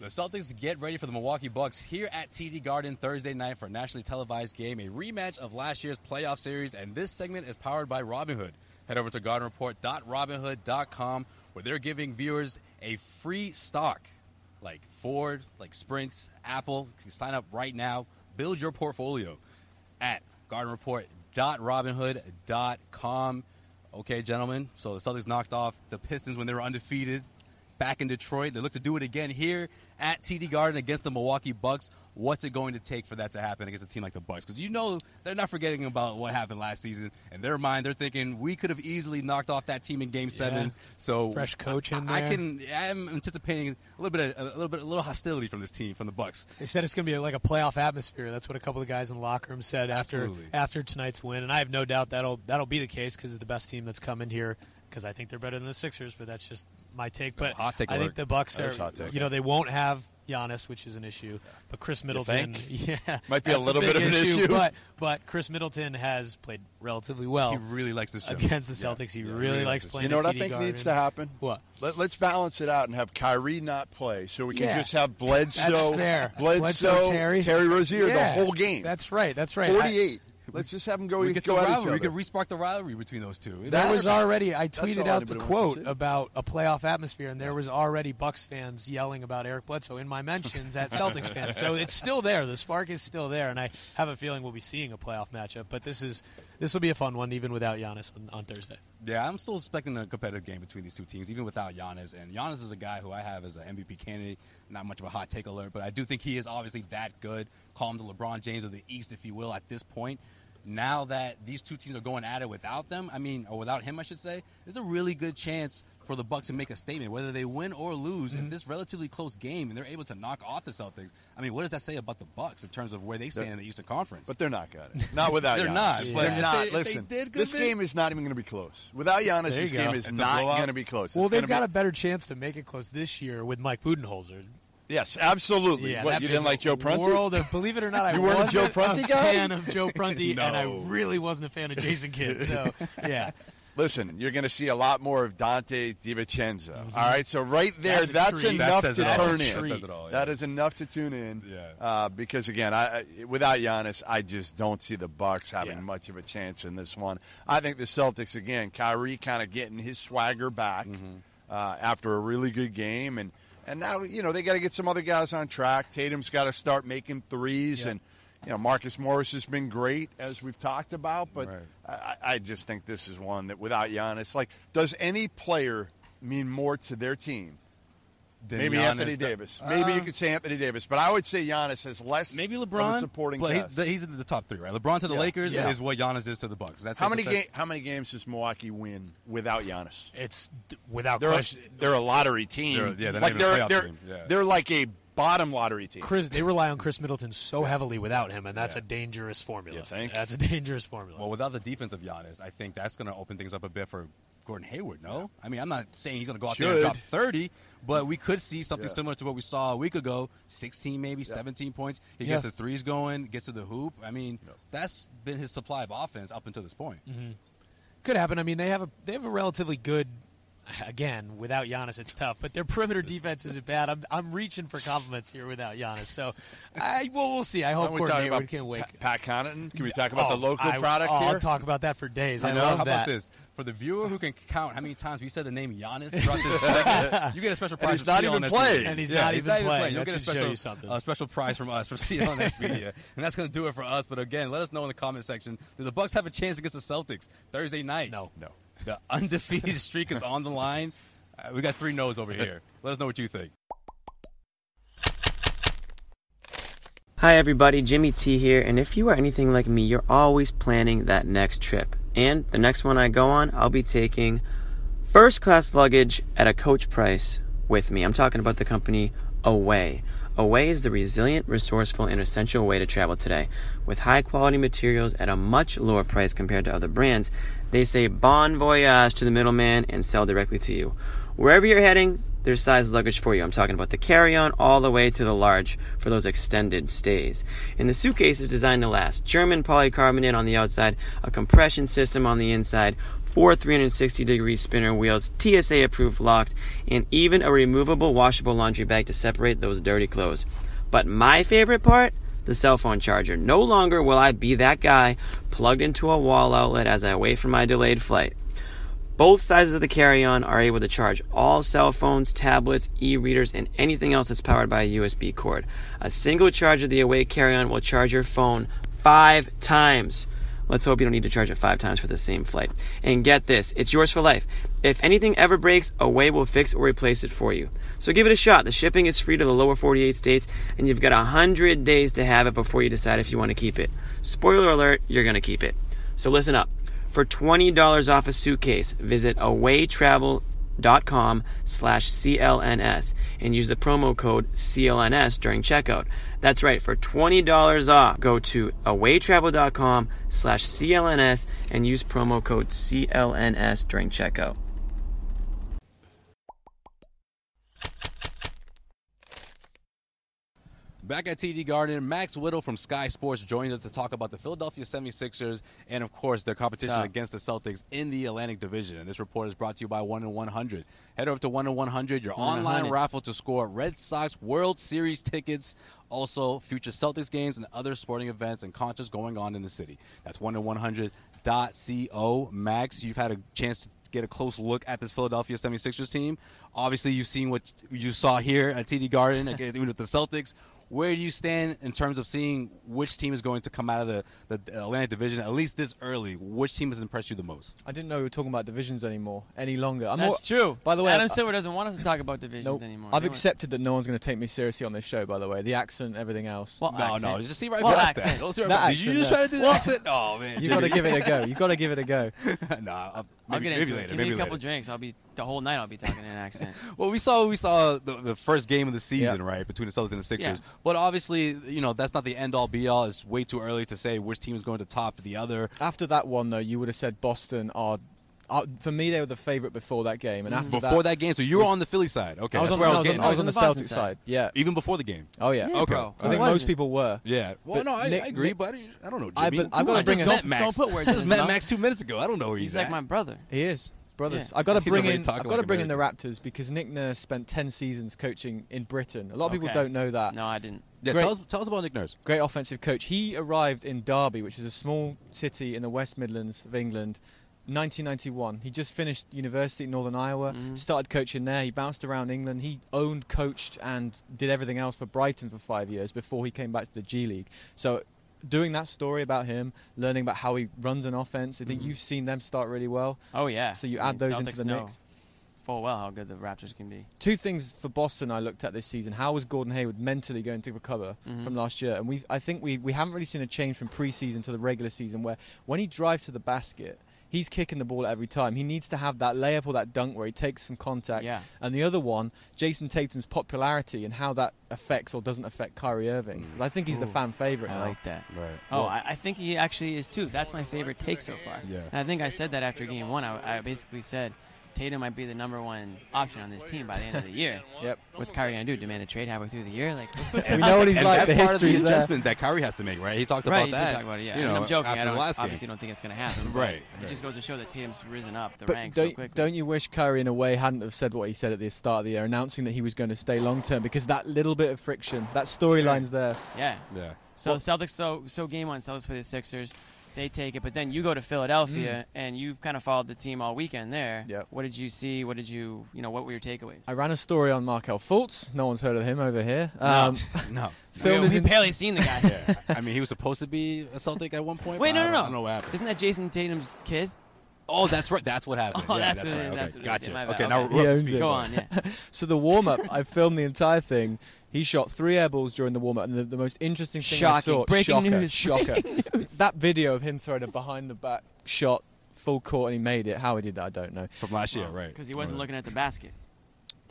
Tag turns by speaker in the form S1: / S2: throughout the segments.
S1: The Celtics get ready for the Milwaukee Bucks here at TD Garden Thursday night for a nationally televised game, a rematch of last year's playoff series, and this segment is powered by Robinhood. Head over to gardenreport.robinhood.com where they're giving viewers a free stock like Ford, like Sprint, Apple. You can sign up right now, build your portfolio at gardenreport.robinhood.com. Okay, gentlemen, so the Celtics knocked off the Pistons when they were undefeated back in Detroit. They look to do it again here at TD Garden against the Milwaukee Bucks. What's it going to take for that to happen against a team like the Bucks? Because you know they're not forgetting about what happened last season. In their mind, they're thinking we could have easily knocked off that team in Game Seven. So
S2: Fresh coach in
S1: I, I
S2: there.
S1: can. I'm anticipating a little bit, of, a little bit, a little hostility from this team from the Bucks.
S2: They said it's going to be like a playoff atmosphere. That's what a couple of guys in the locker room said after
S1: Absolutely.
S2: after tonight's win, and I have no doubt that'll that'll be the case because the best team that's come in here. Because I think they're better than the Sixers, but that's just my take. But
S1: hot take
S2: I think
S1: alert.
S2: the Bucks
S3: That
S2: are,
S3: is hot take.
S2: you know, they won't have Giannis, which is an issue. But Chris Middleton, yeah,
S3: Might be a
S2: that's
S3: little
S2: big
S3: bit of an issue.
S2: But but Chris Middleton has played relatively well
S1: He really likes this show.
S2: against the
S1: Yeah.
S2: Celtics. He
S1: Yeah,
S2: really, likes
S1: this show.
S2: playing.
S3: You know
S2: at
S3: what I
S2: TD
S3: think needs to
S2: Garden.
S3: happen?
S2: What?
S3: Let, us balance it out and have Kyrie not play, so we can
S2: Yeah.
S3: just have Bledsoe,
S2: That's fair.
S3: Bledsoe, Terry, Rozier
S2: Yeah.
S3: the whole game.
S2: That's right. That's right. I-
S3: forty-eight. let's just have them go,
S1: We get the
S3: go at each
S1: rivalry. We
S3: other.
S1: could re-spark the rivalry between those two. It
S2: There
S3: That
S2: was
S3: That's-
S2: already. I
S3: that's
S2: tweeted
S3: all
S2: out the
S3: anybody wants to
S2: quote
S3: see.
S2: about a playoff atmosphere, and there was already Bucks fans yelling about Eric Bledsoe in my mentions at Celtics fans. So it's still there. The spark is still there, and I have a feeling we'll be seeing a playoff matchup. But this is this will be a fun one, even without Giannis on, on Thursday.
S1: Yeah, I'm still expecting a competitive game between these two teams, even without Giannis. And Giannis is a guy who I have as an MVP candidate. Not much of a hot take alert, but I do think he is obviously that good. Call him the LeBron James of the East, if you will, at this point. Now that these two teams are going at it without them, I mean, or without him, I should say, there's a really good chance for the Bucks to make a statement, whether they win or lose
S3: Mm-hmm.
S1: in this relatively close game, and they're able to knock off the Celtics. I mean, what does that say about the Bucks in terms of where they stand in the Eastern Conference?
S3: But they're not got it. Not without
S1: They're
S3: Giannis.
S1: not, but
S3: They're
S1: if
S3: not.
S1: they- if they
S3: Listen,
S1: did good
S3: this
S1: bit-
S3: game is not even going to be close. Without Giannis,
S2: There
S3: this
S2: you go.
S3: game is
S1: It's a
S3: not
S1: blowout.
S3: going to be close.
S2: well,
S3: It's
S2: they've
S3: gonna
S2: got
S3: be,
S2: a better chance to make it close this year with Mike Budenholzer.
S3: Yes, absolutely.
S2: Yeah,
S3: what
S2: that
S3: you didn't
S2: means
S3: like Joe Prunty?
S2: World of, believe it or not, I
S3: You weren't a
S2: wasn't
S3: Joe Prunty guy?
S2: fan of Joe Prunty, and I
S1: No.
S2: really wasn't a fan of Jason Kidd. So yeah.
S3: Listen, you're going to see a lot more of Dante DiVincenzo.
S1: Mhm.
S3: All right, so right there,
S2: That's a
S3: that's,
S2: treat.
S3: enough
S1: That says
S3: to
S1: it all.
S3: turn
S1: That's
S3: in.
S1: a treat. That says it all, yeah.
S3: That is enough to tune in.
S1: Yeah.
S3: Uh, because again, I, I without Giannis, I just don't see the Bucks having
S2: Yeah.
S3: much of a chance in this one. I think the Celtics again, Kyrie kind of getting his swagger back
S1: Mm-hmm.
S3: uh, after a really good game, and and now you know they got to get some other guys on track. Tatum's got to start making threes
S2: Yeah.
S3: and. You know, Marcus Morris has been great, as we've talked about, but
S1: Right.
S3: I- I, I just think this is one that without Giannis, like, does any player mean more to their team?
S1: Then
S3: maybe
S1: Giannis- Uh,
S3: Anthony Davis. Maybe you could say Anthony Davis, but I would say Giannis has less.
S1: Maybe
S3: of a
S1: LeBron,
S3: supporting
S1: but
S3: cast.
S1: he's, he's in the top three, right? LeBron to the
S3: Yeah.
S1: Lakers
S3: Yeah.
S1: is what Giannis is to the Bucks. That's
S3: how
S1: it.
S3: many
S1: That's-
S3: game, How many games does Milwaukee win without Giannis?
S2: It's d- without
S3: They're a,
S2: question.
S3: they're a lottery team.
S1: They're- yeah, they're not
S3: like
S1: even a
S3: they're
S1: playoff
S3: they're,
S1: team. Yeah.
S3: they're like a bottom lottery team.
S2: Chris, they rely on Chris Middleton so heavily without him, and that's
S1: Yeah.
S2: a dangerous formula.
S3: You think?
S2: That's a dangerous formula.
S1: Well, without the defense of Giannis, I think that's going to open things up a bit for Gordon Hayward. No, I mean I'm not saying he's going to go out there and
S3: Should.
S1: drop 30, but we could see something
S3: Yeah.
S1: similar to what we saw a week ago: 16, maybe 17 points. He gets
S3: Yeah.
S1: the threes going, gets to the hoop. I mean, that's been his supply of offense up until this point.
S2: Could happen. I mean, they have a they have a relatively good.
S4: again, without Giannis, it's tough. But their perimeter defense isn't bad. I'm, I'm reaching for compliments here without Giannis. So, I well, we'll see. I hope
S3: Why don't we talk
S4: Gordon
S3: about
S4: Hayward can wake.
S3: Pa- Pat Connaughton? Can we talk about the local
S4: I-
S3: product
S4: oh,
S3: here?
S4: I'll talk about that for days. I
S1: You know,
S4: love
S1: how
S4: that.
S1: about this? For the viewer who can count how many times we said the name Giannis throughout this segment, you get a special prize.
S3: he's
S1: from
S3: not
S1: CLNS
S3: even playing.
S1: Media.
S4: And he's
S1: Yeah,
S4: not even playing.
S1: You'll
S4: That
S1: get a
S4: should show
S1: special,
S4: you something.
S1: uh, special prize from us from CLNS Media, and that's going to do it for us. But again, let us know in the comment section: Do the Bucks have a chance against the Celtics Thursday night?
S4: No.
S3: No.
S1: The undefeated streak is on the line. Uh, we got three no's over here. Let us know what you think.
S2: Hi, everybody. Jimmy T here. And if you are anything like me, you're always planning that next trip. And the next one I go on, I'll be taking first class luggage at a coach price with me. I'm talking about the company Away. Away is the resilient, resourceful, and essential way to travel today. With high quality materials at a much lower price compared to other brands, they say bon voyage to the middleman and sell directly to you. Wherever you're heading, there's size luggage for you. I'm talking about the carry on all the way to the large for those extended stays. And the suitcase is designed to last. German polycarbonate on the outside, a compression system on the inside, four 360 degree spinner wheels, TSA approved locked, and even a removable washable laundry bag to separate those dirty clothes. But my favorite part? the cell phone charger. No longer will I be that guy plugged into a wall outlet as I wait for my delayed flight. Both sizes of the carry on are able to charge all cell phones, tablets, e readers, and anything else that's powered by a USB cord. A single charge of the Away carry on will charge your phone five times. Let's hope you don't need to charge it five times for the same flight. And get this, it's yours for life. If anything ever breaks, Away will fix or replace it for you. So give it a shot. The shipping is free to the lower 48 states, and you've got 100 days to have it before you decide if you want to keep it. Spoiler alert, you're going to keep it. So listen up. For $20 off a suitcase, visit awaytravel.com slash CLNS and use the promo code CLNS during checkout. That's right, for $20 off, go to awaytravel.com slash CLNS and use promo code CLNS during checkout.
S1: Back at TD Garden, Max Whittle from Sky Sports joins us to talk about the Philadelphia 76ers and, of course, their competition against the Celtics in the Atlantic Division. And this report is brought to you by 1 in 100. Head over to 1 in 100, your online raffle to score Red Sox World Series tickets, also future Celtics games and other sporting events and concerts going on in the city. That's 1 in 100.co. Max, you've had a chance to get a close look at this Philadelphia 76ers team. Obviously, you've seen what you saw here at TD Garden against even with the Celtics. Where do you stand in terms of seeing which team is going to come out of the, the Atlantic Division, at least this early? Which team has impressed you the most?
S5: I didn't know we were talking about divisions anymore any longer. I'm
S6: That's
S5: more-
S6: true.
S5: By the way,
S6: Adam
S5: I've-
S6: Silver doesn't want us to talk about divisions
S5: nope.
S6: anymore.
S5: I've
S6: They want-
S5: accepted that no one's going to take me seriously on this show. By the way, the accent, everything else.
S6: Well,
S1: no, no,
S6: accent.
S1: just see right
S6: Well,
S1: past
S6: accent.
S1: that. Don't see right
S5: That
S1: past- Did you
S5: accent,
S1: just
S5: yeah.
S1: try to do the accent? Oh man,
S5: uh, you got to give it a go. You got to give it a go.
S1: it. nah, I'll-
S6: I'll
S1: maybe,
S6: get
S1: maybe
S6: into it.
S1: later.
S6: Give
S1: maybe
S6: me a couple
S1: later.
S6: drinks. I'll be the whole night. I'll be talking in an accent.
S1: Well, we saw we saw the, the first game of the season, right, between the Celtics and the Sixers.
S6: Yeah.
S1: But obviously, you know, that's not the end all be all. It's way too early to say which team is going to top the other.
S5: After that one, though, you would have said Boston are. are for me, they were the favorite before that game, and after
S1: Before
S5: that,
S1: that game, so you were on the Philly side. Okay,
S5: I was
S1: that's
S5: on,
S1: where
S5: I
S1: I was
S5: was on-
S1: getting.
S5: I was on the
S6: Boston
S5: Celtic
S6: side.
S5: side. Yeah.
S1: even before the game.
S5: Oh yeah.
S6: Yeah,
S5: okay.
S6: bro.
S5: I think
S6: Why
S5: most
S6: isn't it?
S5: people were.
S1: Yeah. Well,
S5: But
S1: no, I,
S5: Nick-
S1: I agree,
S5: Nick-
S1: but I- I don't know, Jimmy.
S5: I be- I've
S1: Come
S5: got
S1: on,
S5: to bring
S1: I
S5: it
S1: just
S5: up.
S1: met Max.
S6: Don't put words in
S1: Just
S6: his
S1: met
S6: mouth.
S1: Max two minutes ago. I don't know where he's,
S6: He's like
S1: at.
S6: my brother.
S5: He is brothers.
S6: Yeah.
S5: I got to
S1: He's
S5: bring
S1: already
S5: in.
S1: talking
S5: I've got to
S1: like
S5: bring in the Raptors because Nick Nurse spent ten seasons coaching in Britain. A lot of people
S6: Okay.
S5: don't know that.
S6: No, I didn't.
S1: Yeah,
S5: Great.
S1: tell us, tell us about Nick Nurse.
S5: great offensive coach. He arrived in Derby, which is a small city in the West Midlands of England, 1991. He just finished university in Northern Iowa, started coaching there. He bounced around England. He owned, coached, and did everything else for Brighton for five years before he came back to the G League. So, doing that story about him, learning about how he runs an offense, I think you've seen them start really well.
S6: Oh yeah.
S5: So you
S6: I
S5: add
S6: mean,
S5: those into
S6: Celtics
S5: the
S6: know
S5: mix.
S6: Full well how good the Raptors can be.
S5: two things for Boston I looked at this season. How was Gordon Hayward mentally going to recover from last year? And we, I think we, we haven't really seen a change from preseason to the regular season where when he drives to the basket, he's kicking the ball every time. He needs to have that layup or that dunk where he takes some contact.
S6: Yeah.
S5: And the other one, Jason Tatum's popularity and how that affects or doesn't affect Kyrie Irving. 'Cause I think he's the
S6: Ooh,
S5: fan favorite
S6: I
S5: now.
S6: like that.
S1: Right.
S6: Oh, I, I think he actually is too. That's my favorite take so far.
S1: Yeah.
S6: And I think I said that after game one. I, I basically said Tatum might be the number one option on this team by the end of the year.
S5: Yep.
S6: What's Kyrie gonna do? Demand a trade halfway through the year? Like
S1: And and That's part of the adjustment that Kyrie has to make, right? He talked
S6: right,
S1: about
S6: you did
S1: that.
S6: talk about it, yeah.
S1: You
S6: And
S1: know,
S6: I'm joking.
S1: After
S6: I don't,
S1: the last
S6: obviously
S1: game.
S6: don't think it's going to happen. but
S1: Right,
S6: It
S1: right.
S6: just goes to show that Tatum's risen up the
S5: But
S6: ranks
S5: don't,
S6: so quickly.
S5: don't you wish Kyrie, in a way, hadn't have said what he said at the start of the year, announcing that he was going to stay long term? Because that little bit of friction, that storyline's there.
S6: Yeah.
S1: Yeah.
S6: So Celtics, so so game one, Celtics play the Sixers. They take it, but then you go to Philadelphia and you kind of followed the team all weekend there.
S5: Mm. Yep.
S6: What did you see? What did you, you know, what were your takeaways?
S5: I ran a story on Markel Fultz. No one's heard of him over here. Um,
S6: Um,
S1: No.
S5: Film
S6: we,
S5: is
S6: we
S5: in-
S6: barely seen the guy.
S1: I mean, he was supposed to be a Celtic at one point.
S6: Wait,
S1: but I
S6: no, no,
S1: don't-
S6: no.
S1: I don't know what happened.
S6: Isn't that Jason Tatum's kid?
S1: Oh, that's right. That's what happened.
S6: Oh,
S1: yeah,
S6: that's what
S1: right.
S6: it is,
S1: Okay,
S6: that's what it is,
S1: gotcha.
S6: yeah, my bad,
S1: okay, now
S6: okay.
S1: we're
S5: He
S1: up to
S5: owns
S1: speed.
S5: it.
S6: Go on, yeah.
S5: So the warm up, I filmed the entire thing. He shot three air balls during the warm up, and the, the most interesting thing I
S6: Shocking.
S5: saw,
S6: Breaking
S5: shocker,
S6: news.
S5: shocker, that video of him throwing a behind the back shot full court and he made it. How he did that, I don't know.
S1: From last year, right.
S6: Because he wasn't
S1: Right.
S6: looking at the basket.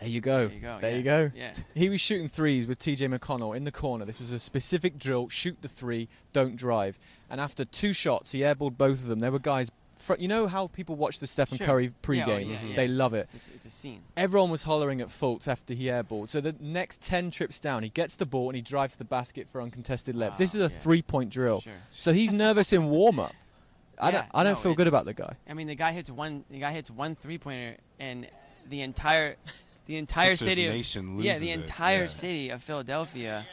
S5: There you go.
S6: There you go.
S5: There
S6: yeah,
S5: you go.
S6: Yeah.
S5: He was shooting threes with TJ McConnell in the corner. This was a specific drill: shoot the three, don't drive. And after two shots, he airballed both of them. There were guys. Fr- you know how people watch the Stephen
S6: Sure.
S5: Curry
S6: Yeah,
S5: pregame?
S6: oh, yeah, yeah.
S5: They love it.
S6: It's, it's, it's a scene.
S5: Everyone was hollering at Fultz after he airballed. So the next 10 trips down, he gets the ball and he drives to the basket for uncontested lefts. this is a
S6: Ah, yeah.
S5: three point drill.
S6: Sure.
S5: So he's nervous in warm up. I
S6: Yeah,
S5: don't, I don't
S6: no,
S5: feel good
S6: it's-
S5: about the guy.
S6: I mean, the guy hits one. The guy hits one three pointer, and the entire, the entire
S1: Sixers
S6: city. Of,
S1: nation
S6: yeah,
S1: loses
S6: the
S1: it,
S6: entire
S1: yeah.
S6: city of Philadelphia,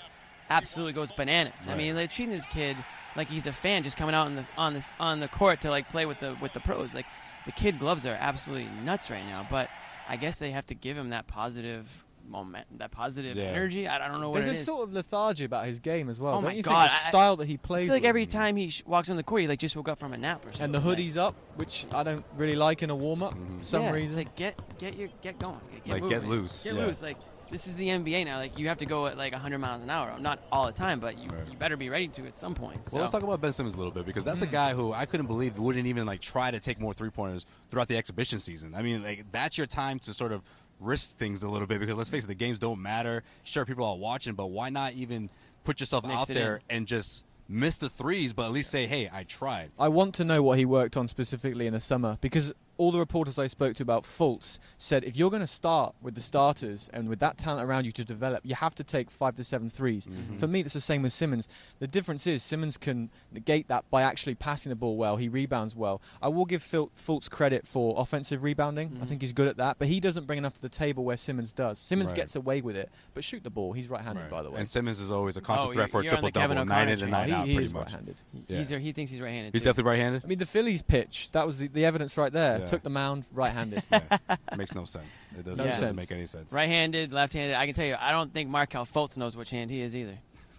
S6: absolutely goes bananas. I
S1: Right.
S6: mean, they're treating this kid like he's a fan just coming out on the on this on the court to like play with the with the pros. Like the kid gloves are absolutely nuts right now. But I guess they have to give him that positive moment, that positive
S1: Yeah.
S6: energy. I, I don't know what
S5: There's
S6: it
S5: a
S6: is.
S5: sort of lethargy about his game as well.
S6: Oh
S5: don't
S6: my
S5: you
S6: God,
S5: think
S6: I-
S5: the style that he
S6: I
S5: plays
S6: feel like
S5: with-
S6: every time he sh- walks on the court, he like just woke up from a nap or something.
S5: and the
S6: Like,
S5: hoodie's up, which I don't really like in a warm up
S1: Mm-hmm.
S5: for some
S6: yeah, It's
S5: reason.
S6: like get get your get going. Get,
S1: Like,
S6: moving.
S1: get loose,
S6: Get
S1: yeah.
S6: loose. Like this is the NBA now. Like you have to go at like 100 miles an hour. Not all the time, but you, you better be ready to at some point. So. Mm.
S1: Well, let's talk about Ben Simmons a little bit because that's a guy who I couldn't believe wouldn't even like try to take more three pointers throughout the exhibition season. I mean, like that's your time to sort of risk things a little bit because let's face it, the games don't matter. Sure, people are watching, but why not even put yourself
S6: Mix
S1: out
S6: it
S1: there
S6: in.
S1: and just miss the threes, but at least say, "Hey, I tried."
S5: I want to know what he worked on specifically in the summer because all the reporters I spoke to about Fultz said if you're going to start with the starters and with that talent around you to develop, you have to take five to seven threes.
S1: Mm-hmm.
S5: For me, that's the same with Simmons. The difference is Simmons can negate that by actually passing the ball well. He rebounds well. I will give Fil- Fultz credit for offensive rebounding.
S1: Mm-hmm.
S5: I think he's good at that, but he doesn't bring enough to the table where Simmons does. Simmons
S1: Right.
S5: gets away with it, but shoot the ball. He's right-handed, by the way.
S1: and Simmons is always a constant
S6: Oh,
S1: threat for a
S6: you're on
S1: triple
S6: the Kevin
S1: double,
S6: O'Connor
S1: nine in
S6: train.
S1: and nine
S5: he,
S1: out,
S5: he
S1: pretty
S5: is
S1: much.
S5: right-handed.
S6: He's
S1: Yeah.
S6: he thinks he's right-handed.
S1: He's
S6: too.
S1: definitely right-handed.
S5: I mean, the Phillies pitch, that was the, the evidence right there.
S1: Yeah.
S5: Took the mound right-handed.
S1: Makes no sense. It doesn't,
S5: No
S1: it doesn't
S5: sense.
S1: make any sense.
S6: right-handed, left-handed. I can tell you, I don't think Markel Fultz knows which hand he is either.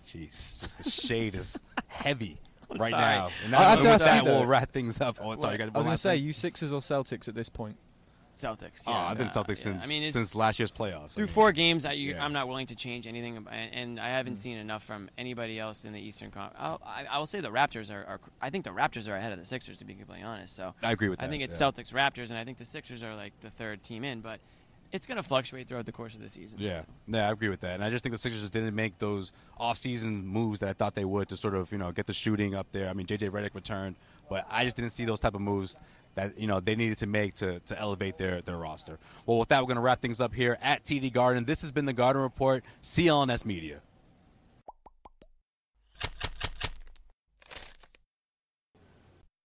S1: Jeez, just the shade is heavy right
S6: sorry.
S1: now. And
S5: I have
S1: with
S5: to ask
S1: that,
S5: you, though-
S1: we'll wrap things up. Oh, sorry.
S5: I was going to say, you Sixers or Celtics at this point?
S6: Celtics.
S1: Oh,
S6: yeah,
S1: I've been
S6: nah,
S1: Celtics
S6: yeah.
S1: since
S6: I mean, it's,
S1: since last year's playoffs. I
S6: through
S1: mean,
S6: four games, I, you,
S1: Yeah. Mm.
S6: I'm not willing to change anything, ab- and, and I haven't seen enough from anybody else in the Eastern Conference. I, I will say the Raptors are, are. I think the Raptors are ahead of the Sixers, to be completely honest. So
S1: I agree with
S6: I
S1: that,
S6: think it's
S1: yeah.
S6: Celtics Raptors, and I think the Sixers are like the third team in, but it's going to fluctuate throughout the course of the season.
S1: Yeah,
S6: So.
S1: yeah, I agree with that, and I just think the Sixers just didn't make those off-season moves that I thought they would to sort of you know get the shooting up there. I mean, JJ Redick returned, but I just didn't see those type of moves that you know they needed to make to, to elevate their their roster. Well, with that, we're going to wrap things up here at TD Garden. This has been the Garden Report, CLNS Media.